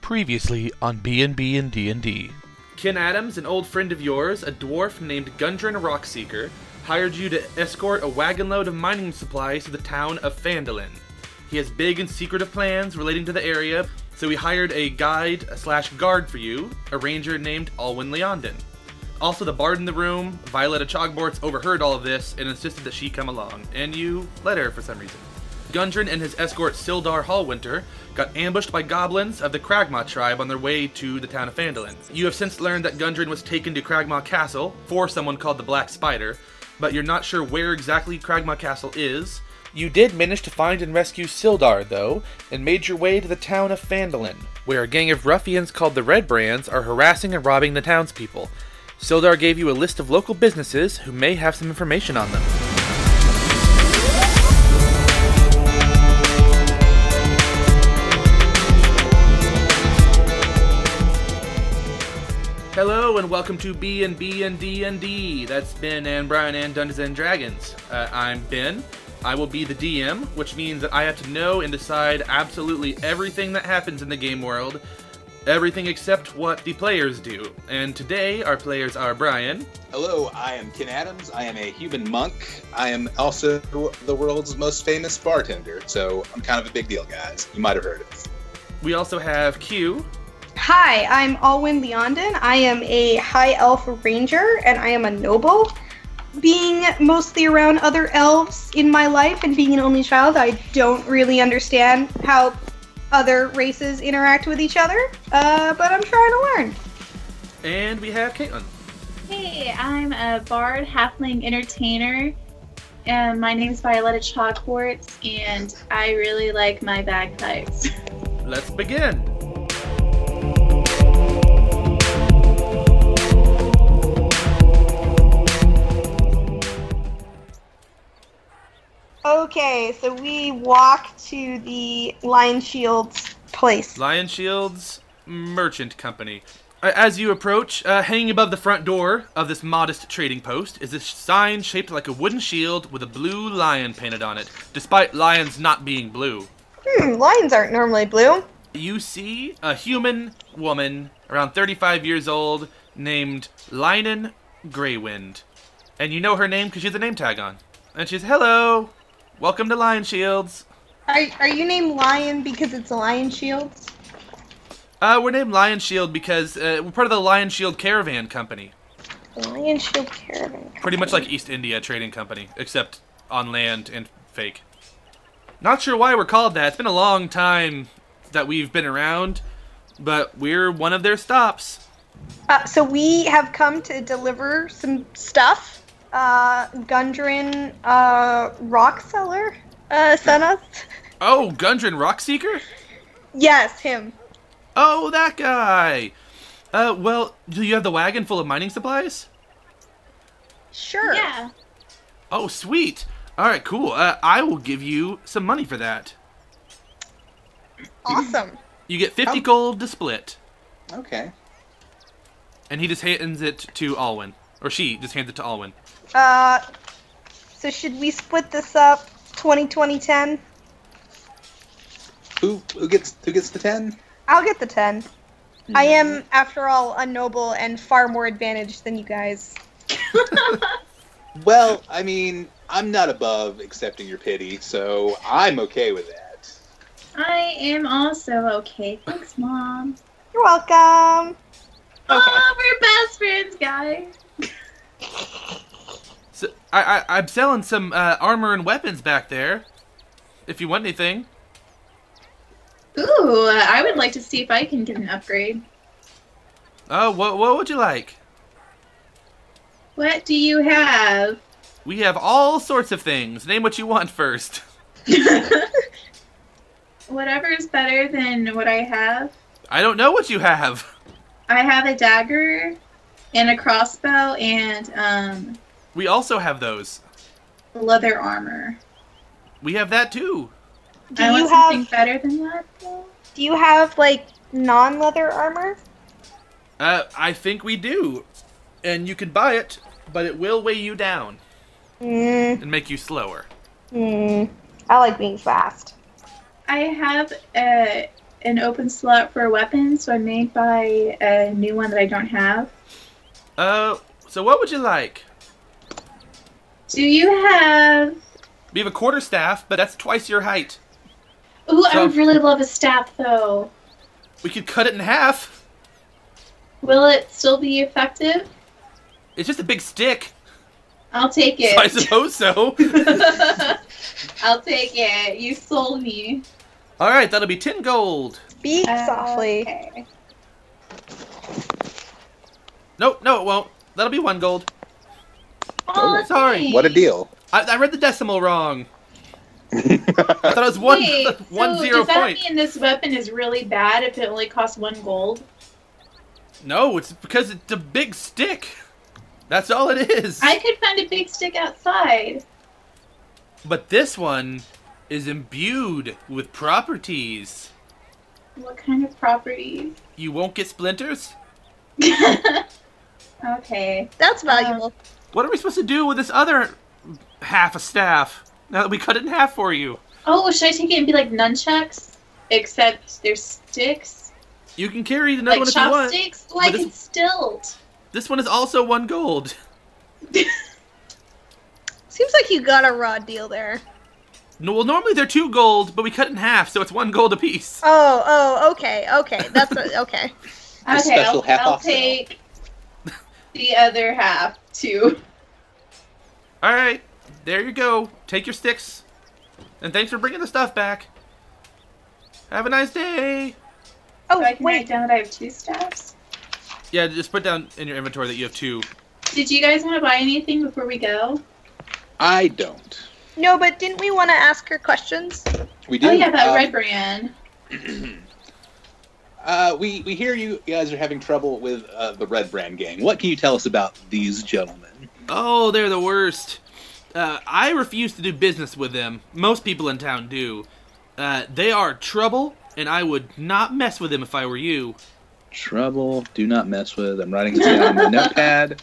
Previously on B&B and D&D. Ken Adams, an old friend of yours, a dwarf named Gundren Rockseeker, hired you to escort a wagon load of mining supplies to the town of Fandolin. He has big and secretive plans relating to the area, so he hired a guide slash guard for you, a ranger named Alwyn Leondon. Also, the bard in the room, Violetta Chogborts, overheard all of this and insisted that she come along, and you let her for some reason. Gundren and his escort Sildar Hallwinter got ambushed by goblins of the Kragma tribe on their way to the town of Fandolin. You have since learned that Gundren was taken to Kragma Castle for someone called the Black Spider, but you're not sure where exactly Kragma Castle is. You did manage to find and rescue Sildar, though, and made your way to the town of Fandolin, where a gang of ruffians called the Red Brands are harassing and robbing the townspeople. Sildar gave you a list of local businesses who may have some information on them. Hello and welcome to B and B and D and D. That's Ben and Brian and Dungeons and Dragons. Uh, I'm Ben. I will be the DM, which means that I have to know and decide absolutely everything that happens in the game world, everything except what the players do. And today, our players are Brian, Hello, I am Ken Adams. I am a human monk. I am also the world's most famous bartender, so I'm kind of a big deal, guys. You might have heard of me. we also have Q, Hi, I'm Alwyn Leondon. I am a high elf ranger and I am a noble. Being mostly around other elves in my life and being an only child, I don't really understand how other races interact with each other, uh, but I'm trying to learn. and we have Caitlin. Hey, I'm a bard halfling entertainer. And my name's Violetta Chalkwarts, and I really like my bagpipes. Let's begin. Okay, so we walk to the Lion Shields place. Lion Shields Merchant Company. Uh, As you approach, uh, hanging above the front door of this modest trading post is a sign shaped like a wooden shield with a blue lion painted on it, despite lions not being blue. Hmm, lions aren't normally blue. You see a human woman around 35 years old named Linen Greywind. And you know her name because she has a name tag on. And she's, hello, welcome to Lion Shields. Are, are you named Lion because it's Lion Shields? Uh, we're named Lion Shield because uh, we're part of the Lion Shield Caravan Company. Lion Shield Caravan. pretty much like East India Trading Company, except on land and fake. Not sure why we're called that. It's been a long time that we've been around, but we're one of their stops. Uh, so we have come to deliver some stuff. Uh, Gundren uh, Rockseller uh, sent us. Oh, Gundren Rockseeker? Yes, him. Oh, that guy! Uh, well, do you have the wagon full of mining supplies? Sure. Yeah. Oh, sweet! Alright, cool. Uh, I will give you some money for that. Awesome. You get 50 How- gold to split. Okay. And he just hands it to Alwyn. Or she just hands it to Alwyn. Uh, so should we split this up 20 20 10? Who who gets who gets the ten? I'll get the 10. I am, Mm-hmm. after all, a noble and far more advantaged than you guys. Well, I mean, I'm not above accepting your pity, so I'm okay with that. I am also okay. Thanks, Mom. You're welcome. Oh, we're best friends, guys. So I, I I'm selling some uh, armor and weapons back there. If you want anything, Ooh, uh, I would like to see if I can get an upgrade. oh, what what would you like? What do you have? We have all sorts of things. Name what you want first. Whatever is better than what I have. I don't know what you have. I have a dagger and a crossbow and um, We also have those. leather armor. We have that too. Do I you want have something better than that, though. do you have like non-leather armor? Uh, I think we do, and you can buy it, but it will weigh you down Mm, and make you slower. mm. I like being fast. I have a uh, an open slot for a weapon, so I may buy a new one that I don't have. Uh, so what would you like? Do you have? We have a quarter staff, but that's twice your height. Ooh, I So- would really love a staff though. We could cut it in half. Will it still be effective? It's just a big stick. I'll take So I it. suppose so. I'll take it. You sold me. All right, that'll be ten gold. Speak Uh, softly. okay. Nope, no, it won't. That'll be one gold. Aw, Oh, sorry. What a thanks. deal. I, I read the decimal wrong. I thought it was one Wait, one so zero does that point. mean this weapon is really bad if it only costs one gold? No, it's because it's a big stick. That's all it is. I could find a big stick outside. But this one is imbued with properties. What kind of properties? You won't get splinters. okay. That's valuable. What are we supposed to do with this other half a staff? Now that we cut it in half for you, Oh, should I take it and be like nunchucks? Except they're sticks? you can carry another like one if you want. chopsticks? Like this- it's stilled. This one is also one gold. Seems like you got a raw deal there. No, well, normally they're two gold, but we cut it in half, so it's one gold apiece. Oh, oh, okay, okay. That's a, okay. A Okay, special I'll, half I'll off sale. take the other half too. All right, there you go. Take your sticks, and thanks for bringing the stuff back. Have a nice day. So Oh I can write wait, down that I have two staffs. Yeah, just put down in your inventory that you have two. Did you guys want to buy anything before we go? I don't. No, but didn't we want to ask her questions? We do. oh yeah, that uh, red brand. Uh, we we hear you guys are having trouble with uh, the Red Brand gang. What can you tell us about these gentlemen? Oh, they're the worst. Uh, I refuse to do business with them. Most people in town do. Uh, they are trouble, and I would not mess with them if I were you. Trouble. Do not mess with. I'm writing it down on my notepad.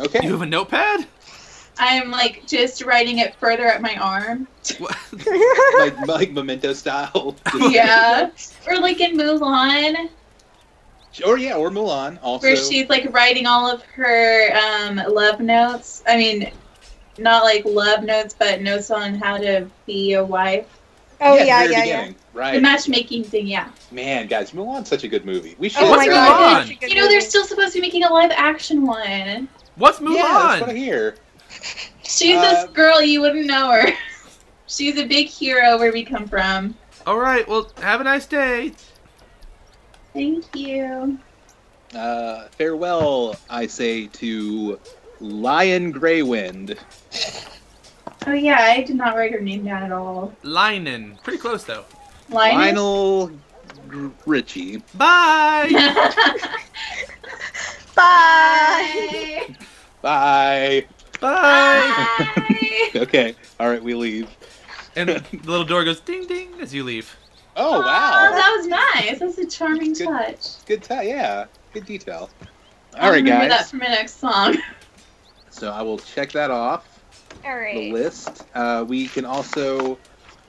Okay. You have a notepad? I'm like just writing it further up my arm. What? Oh, like like memento style. yeah. Or like in Mulan, Or yeah, or Mulan also. where she's like writing all of her um, love notes. I mean, not like love notes, but notes on how to be a wife. oh at the yeah, very yeah, yeah. beginning. The Right. matchmaking thing, yeah. Man, guys, Mulan's such a good movie. We should. Oh What's my going god, on? that's such a good You know, they're movie. still supposed to be making a live action one. What's Mulan? Yeah, that's what I hear. She's Uh, this girl, you wouldn't know her. She's a big hero where we come from. All right, well, have a nice day. Thank you. Uh, farewell, I say to Lion Greywind. Oh, yeah, I did not write her name down at all. Linen. Pretty close, though. Linus? Lionel Gr- Richie. Bye! Bye. Bye. Bye! Bye. Okay. All right, we leave. And the little door goes ding ding as you leave. Oh Oh, wow, that was nice. That's a charming Good. touch. good tell. Yeah, good detail. I'll All right, guys. remember that for my next song. So I will check that off All the right. list. Uh, we can also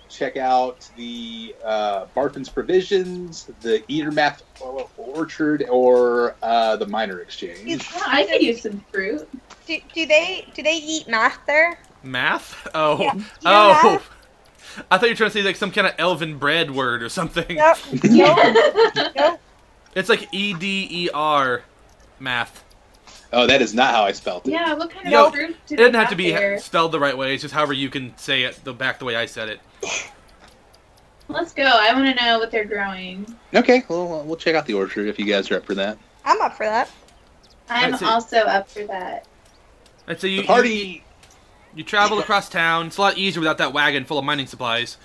check out the uh, Barton's Provisions, the Eatermath Orchard, or uh, the Minor Exchange. Is- Yeah, I could use some fruit. Do, do they do they eat math there? Math? Oh. Yeah. Oh. I thought you were trying to say like some kind of elven bread word or something. Nope. Nope. nope. It's like E D E R math. Oh, that is not how I spelled it. yeah, what kind of No, fruit? It Did doesn't have to be There? spelled the right way. It's just however you can say it the back the way I said it. Let's go. I want to know what they're growing. Okay, well, we'll check out the orchard if you guys are up for that. I'm up for that. I'm Let's see. also up for that. And so you The you- party. you travel across town. It's a lot easier without that wagon full of mining supplies.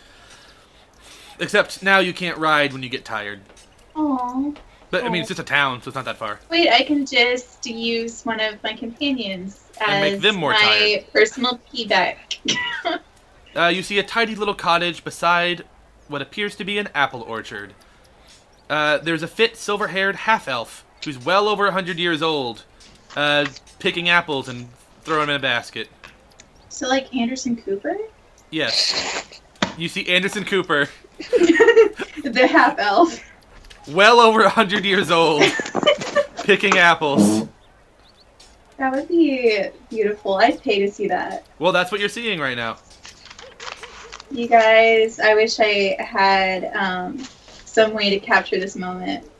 Except now you can't ride when you get tired. Oh. But I mean, Oh. it's just a town, so it's not that far. Wait, I can just use one of my companions as And make them more my tired. personal payback. Uh, you see a tidy little cottage beside what appears to be an apple orchard. Uh, there's a fit, silver haired half elf who's well over 100 years old, uh, picking apples and throwing them in a basket. So, like Anderson Cooper, Yes. You see Anderson Cooper. the half elf. well over 100 years old, picking apples. That would be beautiful. I'd pay to see that. Well, that's what you're seeing right now. You guys, I wish I had um, some way to capture this moment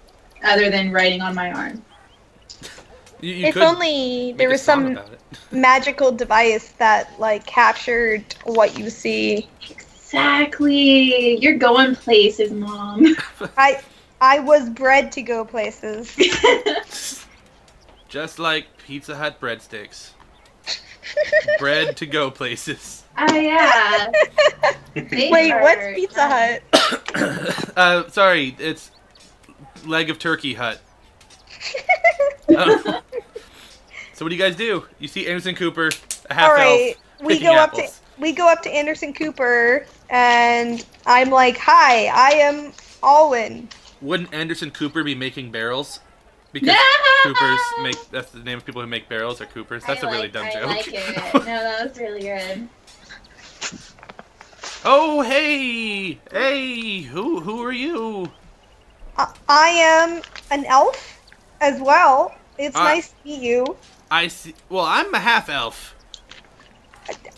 other than writing on my arm. You, you If could only make there a was song some about it. magical device that like captured what you see. Exactly. You're going places, mom. I I was bred to go places. Just like Pizza Hut breadsticks. Bread to go places. oh yeah. They Wait, are- what's um, Pizza Hut? uh, sorry, it's leg of turkey hut. Oh. so what do you guys do? You see Anderson Cooper, a half All right, elf, we picking go up apples. to we go up to Anderson Cooper, and I'm like, "Hi, I am Alwyn." Wouldn't Anderson Cooper be making barrels? Because No! Coopers make that's the name of people who make barrels are Coopers. That's a a really dumb I joke. like it. No, that was really good. oh hey! Hey! Who who are you? I, I am an elf as well. It's Ah. nice to meet you. I see well, I'm a half elf.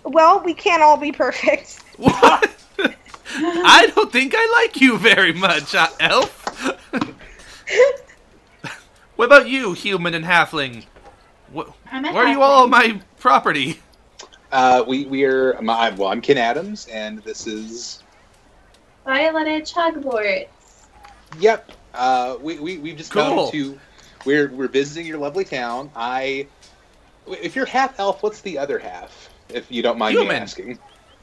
Well, we can't all be perfect. What? I don't think I like you very much, uh, elf. what about you, human and halfling? What, I'm a why are you halfling. all on my property? Uh, we we are. My, well, I'm Ken Adams, and this is. Violetta Chugboards. Yep. Uh, we we we've just Cool. come to. We're we're visiting your lovely town. I. If you're half elf, what's the other half? If you don't mind me Human. asking.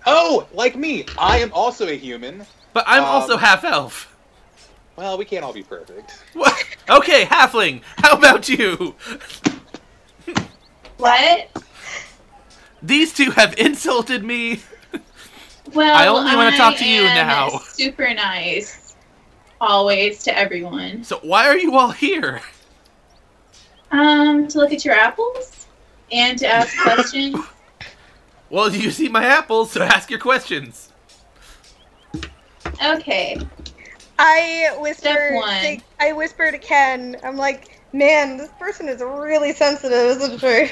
Oh, like me, I am also a human. But I'm Um, also half elf. Well, we can't all be perfect. What? Okay, halfling. How about you? What? These two have insulted me. Well, I only wanna I talk to you am now. Super nice, always to everyone. So why are you all here? Um, to look at your apples and to ask questions. Well, you see my apples, so ask your questions. Okay. I whispered. one. To, I whisper to Ken. I'm like, "Man, this person is really sensitive, isn't she?"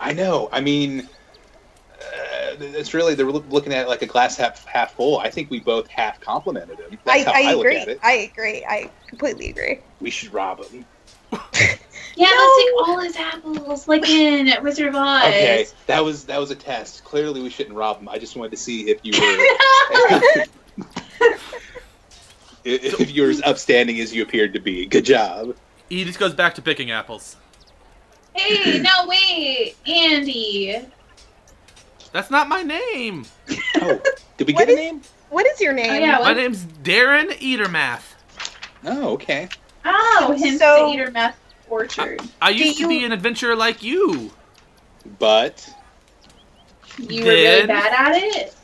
I know. I mean, uh, it's really they're loo- looking at it like a glass half half full. I think we both half complimented him. That's I, how I, I look agree. at it. I agree. I completely agree. We should rob him. Yeah, let's take No. all his apples, like in Wizard of Oz. Okay, that was that was a test. Clearly, we shouldn't rob him. I just wanted to see if you were No! if if you were as upstanding as you appeared to be. Good job. He just goes back to picking apples. hey, no, wait, Andy. That's not my name. Oh, did we What get a is- name? What is your name? Oh yeah, My what? name's Darren Eatermath. Oh, okay. Oh, hence So- the Eater Meth Orchard. I Do used to you- be an adventurer like you. But You were really Then- bad at it.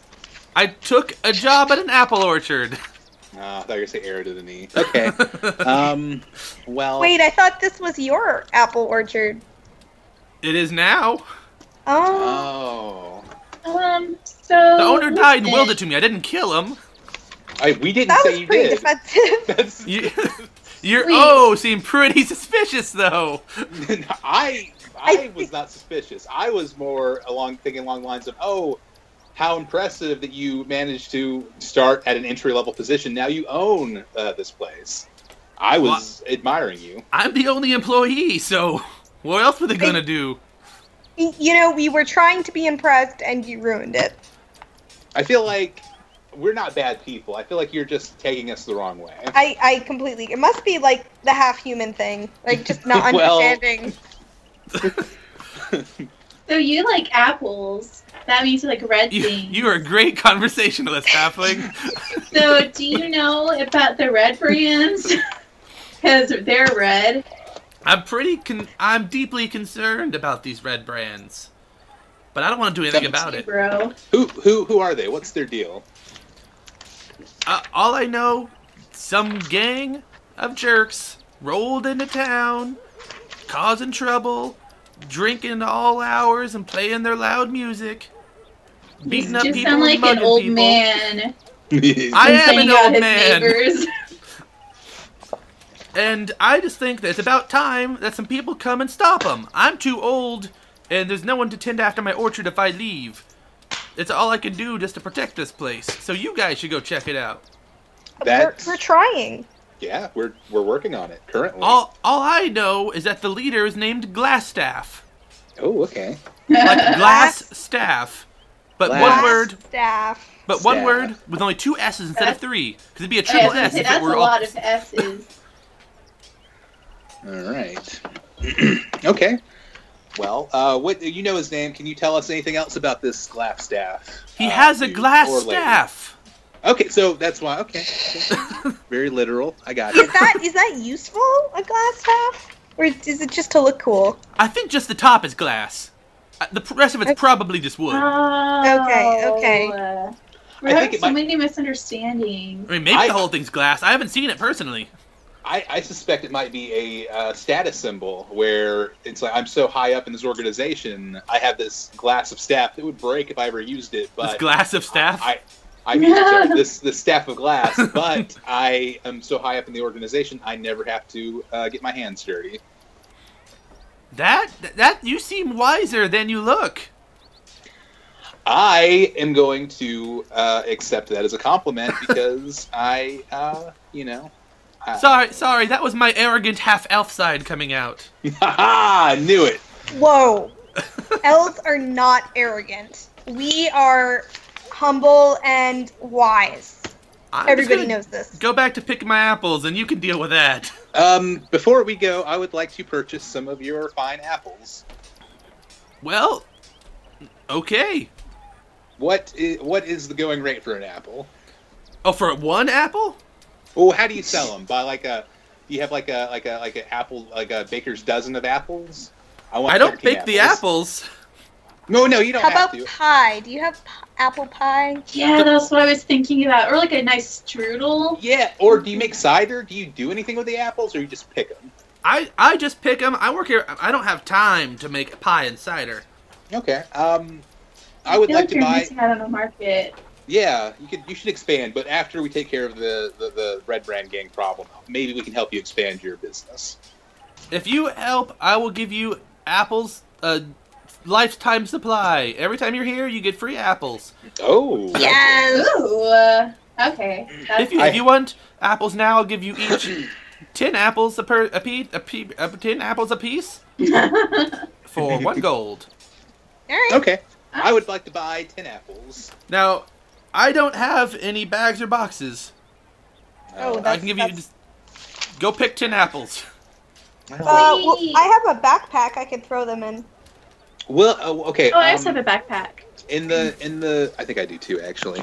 I took a job at an apple orchard. uh, I thought you were gonna say arrow to the knee. Okay. um. Well. Wait, I thought this was your apple orchard. It is now. Oh, Oh. Um, so The owner died and listen, willed it to me. I didn't kill him. I, we didn't that say was you pretty did. defensive. That's, You, your Wait. O seemed pretty suspicious, though. I I was not suspicious. I was more along thinking along the lines of, oh, how impressive that you managed to start at an entry level position. Now you own uh, this place. I was admiring you. I'm the only employee, so what else were they gonna do? Y- You know, we were trying to be impressed, and you ruined it. I feel like we're not bad people. I feel like you're just taking us the wrong way. I, I completely. It must be like the half human thing, like just not Well- understanding. So you like apples? That means you like red You, things. you are a great conversationalist, halfling. So do you know about the red brands? Because they're red. I'm pretty con- I'm deeply concerned about these red brands. But I don't want to do anything That's about it. Bro. Who who who are they? What's their deal? Uh, all I know, some gang of jerks rolled into town, causing trouble, drinking all hours and playing their loud music, beating you up just people, sound and like an mugging old people. man. I I am an complaining about old his man. neighbors. And I just think that it's about time that some people come and stop them. I'm too old, and there's no one to tend after my orchard if I leave. It's all I can do just to protect this place. So you guys should go check it out. We're, That's- we're trying. Yeah, we're we're working on it currently. All all I know is that the leader is named Glassstaff, oh, okay. like glass staff, but Glass. one word, Staff. but one Staff. word with only two s's instead of three. Because it'd be a triple That's, s if it that's a were all. lot of S's. All right. okay. Well, uh, what you know his name? Can you tell us anything else about this glass staff? He uh, has a dude glass or lady? staff. Okay, so that's why. Okay, very literal. I got it. Is that is that useful? A glass half, or is it just to look cool? I think just the top is glass. Uh, The rest of it's probably just wood. Uh, I Oh. okay. Uh, I We're having think it so might- Mm. many misunderstandings. mean, maybe I- the whole thing's glass. I haven't seen it personally. I, I suspect it might be a uh, status symbol where it's like I'm so high up in this organization, I have this glass of staff that would break if I ever used it, This but glass of staff. I, I mean, sorry, this this staff of glass, but I am so high up in the organization, I never have to uh, get my hands dirty. that that you seem wiser than you look. I am going to uh, accept that as a compliment because I, uh, you know, I, Sorry, sorry. That was my arrogant half elf side coming out. I knew it. Whoa, elves are not arrogant. We are humble and wise. I'm just Everybody gonna knows this. Go back to pick my apples, and you can deal with that. Um, before we go, I would like to purchase some of your fine apples. Well, okay. What is what is the going rate for an apple? Oh, for one apple? Well, how do you sell them? By like a, you have like a like a like an apple like a baker's dozen of apples. want I don't 13 bake the apples. No, no, you don't How have about to. pie? Do you have p- apple pie? Yeah, that's what I was thinking about. Or like a nice strudel. Yeah, or do you make cider? Do you do anything with the apples, or you just pick them? I, I just pick them. I work here. I don't have time to make pie and cider. Okay. Um, I would feel like, like to you're buy. missing out on the market. Yeah, you could. You should expand, but after we take care of the, the the red brand gang problem, maybe we can help you expand your business. If you help, I will give you apples, a lifetime supply. Every time you're here, you get free apples. Oh. Yes. Ooh. Uh, okay. If That's you, I- if you want apples now, I'll give you each ten apples a per a pe, a pe, a, ten apples a piece for one gold. All right. Okay. I would like to buy ten apples. Now, I don't have any bags or boxes. Uh, Oh, I that's- can give you that's- just go pick ten apples. Uh, well, I have a backpack. I could throw them in. Well, oh, okay. Oh, I um, also have a backpack. in the in the I think I do too actually.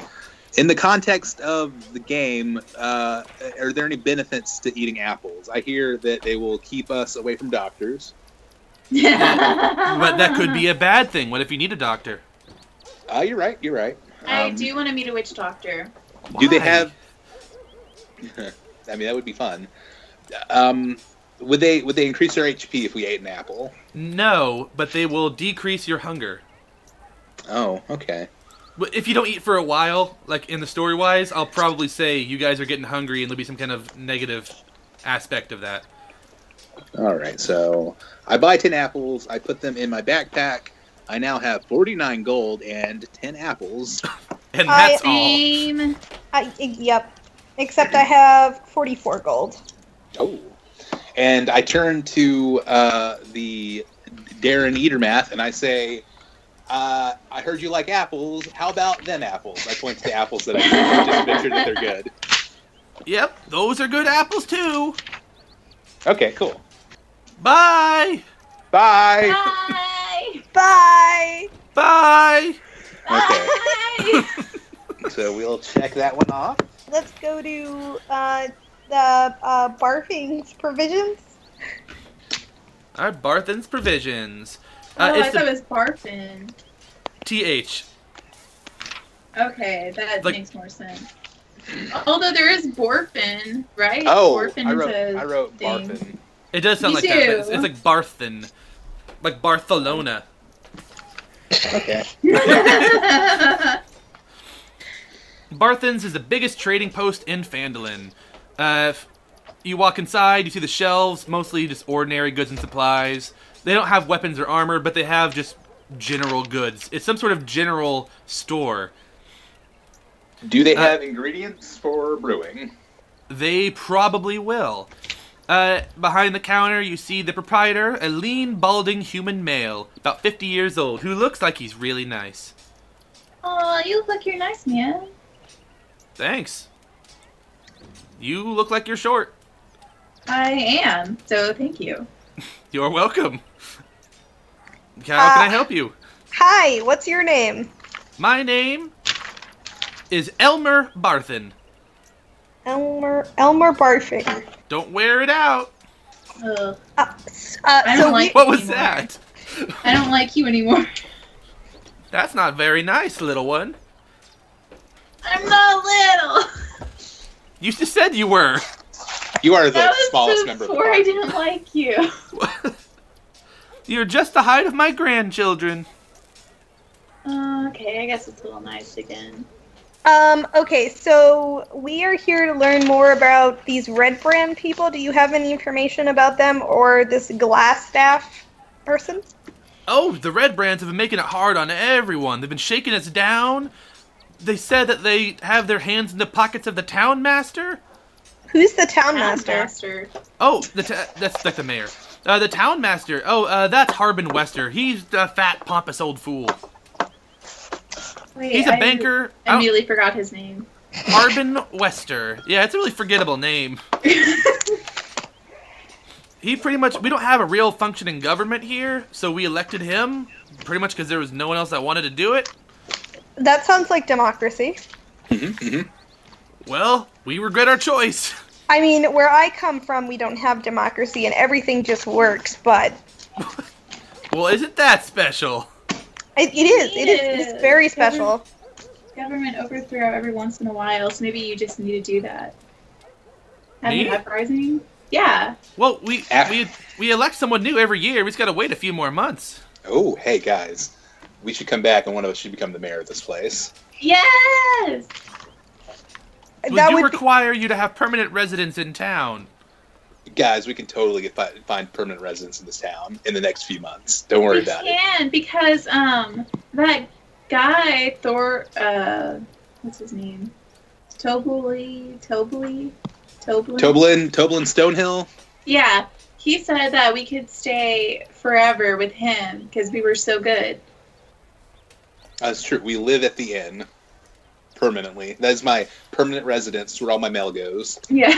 In the context of the game, uh, are there any benefits to eating apples? I hear that they will keep us away from doctors. But but that could be a bad thing. What if you need a doctor? Uh, you're right. You're right. I Um, do want to meet a witch doctor. Do they Why? have? I mean, that would be fun. Um, would they would they increase our HP if we ate an apple? No, but they will decrease your hunger. Oh, okay. But If you don't eat for a while, like in the story wise, I'll probably say you guys are getting hungry and there'll be some kind of negative aspect of that. All right. So I buy ten apples. I put them in my backpack. I now have forty nine gold and ten apples. And I- that's all. Same. I, yep. Except I have 44 gold. Oh. And I turn to uh, the Darren Eatermath and I say, uh, I heard you like apples. How about them apples? I point to the apples that I just pictured that they're good. Yep, those are good apples too. Okay, cool. Bye. Bye. Bye. Bye. Bye. Okay. Uh, Bye. So we'll check that one off. Let's go to uh, the uh, barfing's provisions. All right, Barthen's provisions. Uh, oh, I it's thought the it was barfing. TH. Okay, that Like- makes more sense. Although there is borfin, right? Oh, Borfin I is wrote, a I wrote thing. Barfin. It does sound Me like that. But it's, too. it's like Barthen, like Barcelona. Okay. Barthen's is the biggest trading post in Phandalin. Uh, f- You walk inside, you see the shelves, mostly just ordinary goods and supplies. They don't have weapons or armor, but they have just general goods. It's some sort of general store. Do they Uh, have ingredients for brewing? They probably will. Uh, behind the counter, you see the proprietor, a lean, balding human male, about 50 years old, who looks like he's really nice. Oh, you look you're nice, man. Thanks. You look like you're short. I am, so thank you. You're welcome. How can I Uh, help you? Hi, what's your name? My name is Elmer Barthen. Elmer Elmer Barfinger. Don't wear it out. Ugh, Uh, s- uh, I so don't like. What was anymore. that? I don't like you anymore. That's not very nice, little one. I'm not little. You just said you were. You are the that was smallest so member of the before I party. didn't like you. You're just the height of my grandchildren. Oh, okay, I guess it's a little nice again. we- um okay, so we are here to learn more about these red brand people. Do you have any information about them or this glass staff person? Oh, the Red Brands have been making it hard on everyone. They've been shaking us down. They said that they have their hands in the pockets of the town master. Who's the town master? Master. Oh, the ta- that's like the mayor. Uh, the town master. Oh, uh, that's Harbin Wester. He's the fat, pompous old fool. Wait, He's a I- banker. Oh, I I don't- immediately forgot his name. Harbin Wester. Yeah, it's a really forgettable name. He pretty much, we don't have a real functioning government here, so we elected him pretty much because there was no one else that wanted to do it. That sounds like democracy. Mm-hmm, Well, we regret our choice. I mean, where I come from, we don't have democracy and everything just works, but Well, isn't that special? it, it is. It is. It's very Yes. special. Government overthrow every once in a while, so maybe you just need to do that. Have Me? an uprising? Yeah. Well, we Ah. we we elect someone new every year. We just gotta wait a few more months. Oh, hey guys, we should come back, and one of us should become the mayor of this place. Yes! We That do would be- require you to have permanent residence in town. Guys, we can totally get fi- find permanent residence in this town in the next few months. Don't worry We about it. can, because um that guy, Thor, uh, what's his name? Tobley? Tobley? Tobley? Toblin, Toblin Stonehill. Yeah, he said that we could stay forever with him because we were so good. That's true. We live at the inn permanently. That is my permanent residence where all my mail goes. Yeah.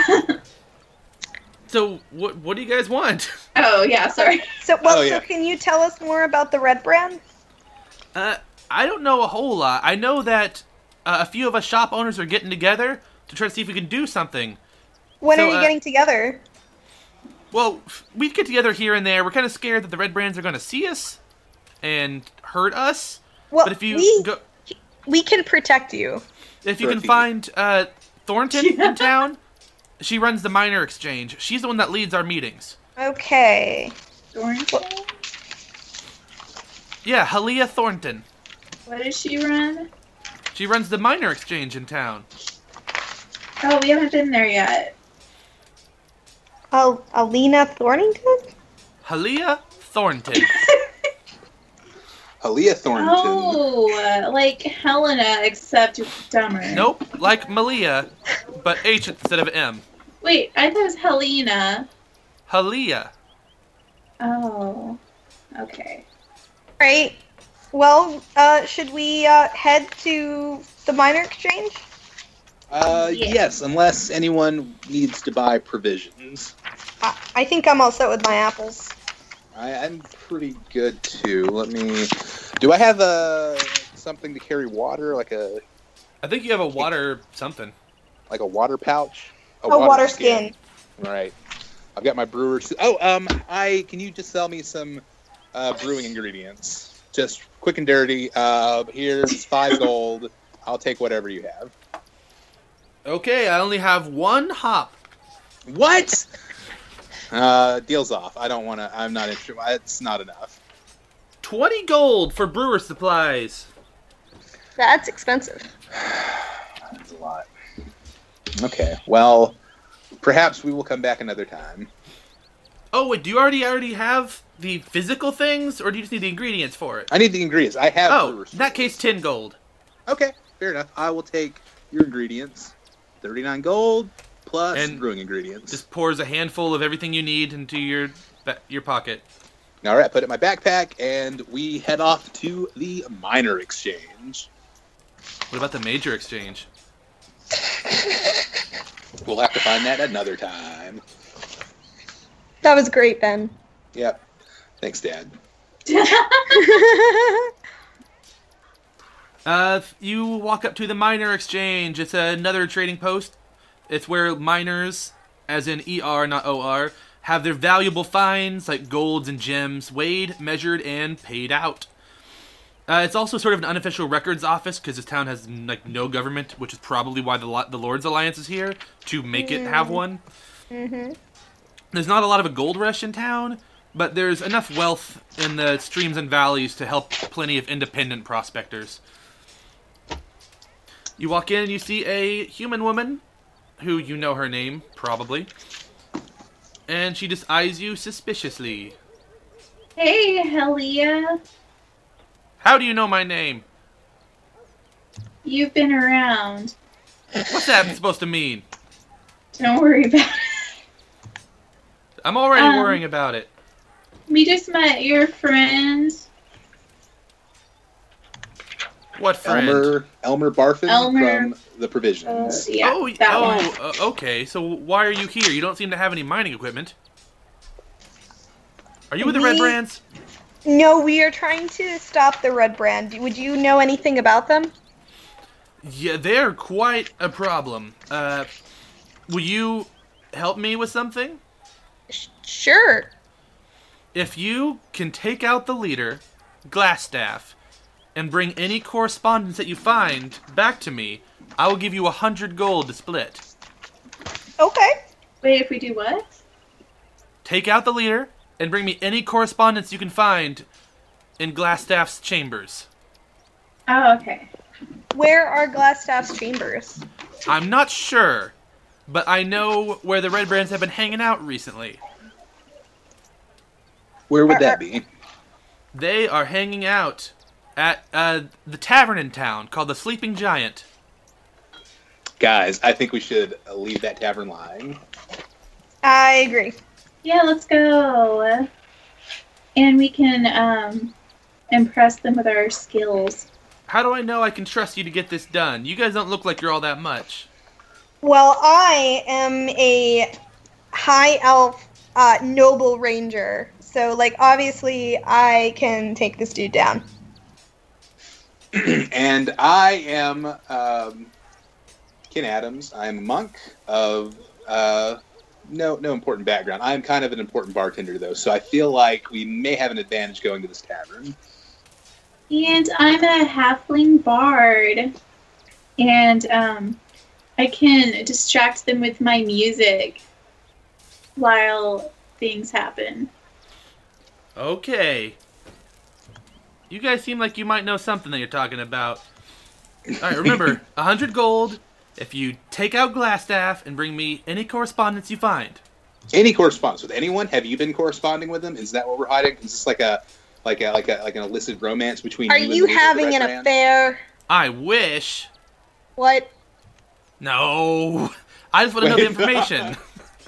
So, what what do you guys want? oh, yeah, sorry. So, well, Oh, yeah. so can you tell us more about the red brand? Uh, I don't know a whole lot. I know that uh, a few of us shop owners are getting together to try to see if we can do something. When So, are you uh, getting together? Well, we get together here and there. We're kind of scared that the red brands are gonna see us and hurt us. Well, but if you we, go, we can protect you. If you Sure, can if you- find uh, Thornton in town, she runs the minor exchange. She's the one that leads our meetings. Okay. Thornton? Yeah, Halia Thornton. What does she run? She runs the minor exchange in town. Oh, we haven't been there yet. Al- Alina Thornington? Halia Thornton. Halia Thornton. Oh, like Helena, except dumber. nope, like Malia, but H instead of M. Wait, I thought it was Helena. Halia. Oh, okay. Right. Well, uh, should we uh, head to the minor exchange? Uh, Yeah. Yes, unless anyone needs to buy provisions. I, I think I'm all set with my apples. I, I'm pretty good too. Let me. Do I have a something to carry water, like a I think you have a water something. like a water pouch? A oh, water skin. Right. I've got my brewer. s- Oh, um, I can you just sell me some uh, brewing ingredients? Just quick and dirty. Uh, here's five gold. I'll take whatever you have. Okay, I only have one hop. What? Uh, deals off. I don't want to. I'm not interested. It's not enough. 20 gold for brewer supplies. That's expensive. That's a lot. Okay. Well, Perhaps we will come back another time. Oh wait, do you already already have the physical things, or do you just need the ingredients for it? I need the ingredients. I have. Oh, brewers' in that tools. case, ten gold. Okay, fair enough. I will take your ingredients. Thirty-nine gold plus And brewing ingredients. Just pours a handful of everything you need into your ba- your pocket. All right, put it in my backpack, and we head off to the minor exchange. What about the major exchange? We'll have to find that another time. That was great, Ben. Yep. Thanks, Dad. Uh, you walk up to the miner exchange. It's another trading post. It's where miners, as in ER, not OR, have their valuable finds like golds and gems weighed, measured, and paid out. Uh, it's also sort of an unofficial records office because this town has mm, like no government, which is probably why the Lo- the Lords Alliance is here to make it have one. mm-hmm. There's not a lot of a gold rush in town, but there's enough wealth in the streams and valleys to help plenty of independent prospectors. You walk in and you see a human woman, who you know her name, probably. And she just eyes you suspiciously. Hey, Helia. How do you know my name? You've been around. What's that supposed to mean? Don't worry about it. I'm already Um. worrying about it. We just met your friend, What friend? Elmer Elmer Barfin Elmer- from the Provisions. Uh, yeah, oh, that oh, uh, okay. So why are you here? You don't seem to have any mining equipment. Are you with the Red We- Brands? No, we are trying to stop the Red Brand. Would you know anything about them? Yeah, they're quite a problem. Uh, will you help me with something? Sh- sure. If you can take out the leader, Glassstaff, and bring any correspondence that you find back to me, I will give you a hundred gold to split. Okay. Wait, if we do what? Take out the leader and bring me any correspondence you can find in Glassstaff's chambers. Oh, okay. Where are Glassstaff's chambers? I'm not sure, but I know where the Red Brands have been hanging out recently. Where would that be? They are hanging out at uh, the tavern in town called the Sleeping Giant. Guys, I think we should uh, leave that tavern lying. I agree. Yeah, let's go. And we can um, impress them with our skills. How do I know I can trust you to get this done? You guys don't look like you're all that much. Well, I am a high elf uh, noble ranger. So, like, obviously, I can take this dude down. and I am um, Ken Adams. I'm a monk of uh, no no important background. I'm kind of an important bartender though, so I feel like we may have an advantage going to this tavern. And I'm a halfling bard. And um, I can distract them with my music while things happen. Okay. You guys seem like you might know something that you're talking about. Alright, remember, 100 gold if you take out Glassstaff and bring me any correspondence you find. Any correspondence with anyone? Have you been corresponding with them? Is that what we're hiding? Is this like a like a like a like an illicit romance between? Are you, and you the leader of the having an Red Brand? affair? I wish. What? No. I just want to know the Wait. information.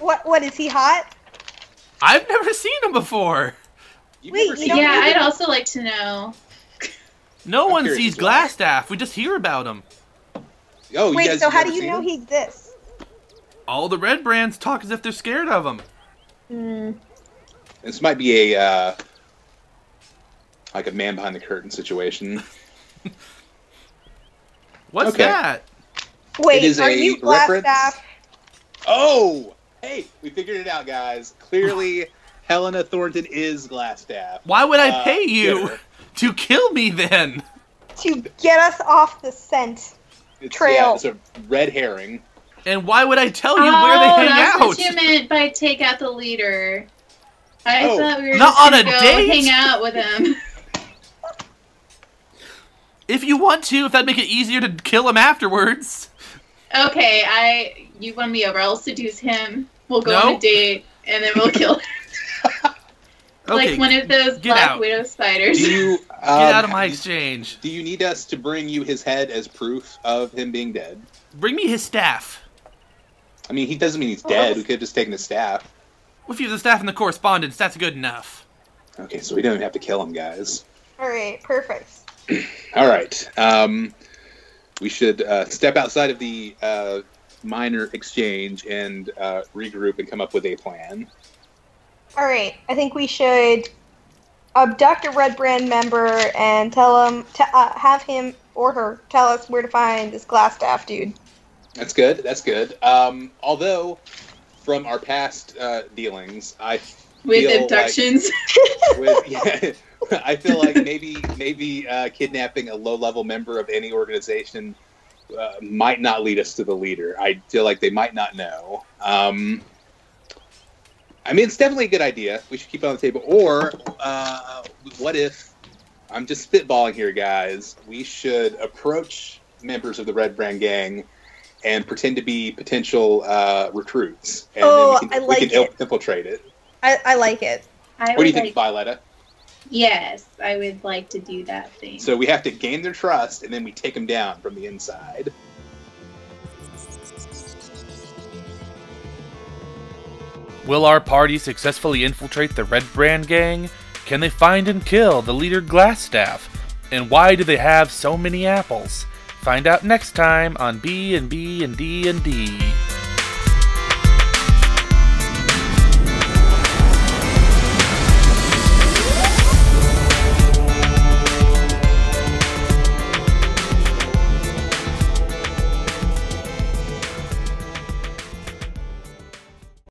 What? What is he hot? I've never seen him before. You've Wait, never you seen don't him? yeah, need I'd to- also like to know. No I'm one curious sees as well. Glassstaff. We just hear about him. Oh, you Wait. guys So, have how do never you seen know him? he exists? All the red brands talk as if they're scared of him. Hmm. This might be a uh, like a man behind the curtain situation. What's Okay. that? Wait. is are a you reference. Glassstaff? Oh, hey, we figured it out, guys. Clearly, Helena Thornton is Glassstaff. Why would I Uh, pay you yeah. to kill me then? to get us off the scent. It's, Trail. Yeah, it's a red herring. And why would I tell you where oh, they hang that's out? what you meant by take out the leader. I Oh, thought we were not just on gonna a go date? hang out with him. If you want to, if that'd make it easier to kill him afterwards. Okay, I you won me over. I'll seduce him. We'll go on No. a date and then we'll kill him. Okay, like one of those get black out. widow spiders. Do you um, get out of my exchange. Do you need us to bring you his head as proof of him being dead? Bring me his staff. I mean, he doesn't mean he's dead. We could have just taken his staff. If you have the staff and the correspondence, that's good enough. Okay, so we don't even have to kill him, guys. All right, perfect. All right. Um, we should uh, step outside of the uh, minor exchange and uh, regroup and come up with a plan. All right, I think we should abduct a Red Brand member and tell him to uh, have him or her tell us where to find this glass staff dude. That's good. That's good. Um, although, from our past uh, dealings, I with feel abductions. with, yeah, I feel like maybe maybe uh, kidnapping a low level member of any organization uh, might not lead us to the leader. I feel like they might not know. Um, I mean, it's definitely a good idea. We should keep it on the table. Or uh, what if? I'm just spitballing here, guys. We should approach members of the Red Brand Gang and pretend to be potential uh, recruits, and Oh, then we I can, like we can it. infiltrate it. I, I like it. I What do you would think, like, Violetta? Yes, I would like to do that thing. So we have to gain their trust, and then we take them down from the inside. Will our party successfully infiltrate the Red Brand Gang? Can they find and kill the leader Glassstaff? And why do they have so many apples? Find out next time on B and B and D and D.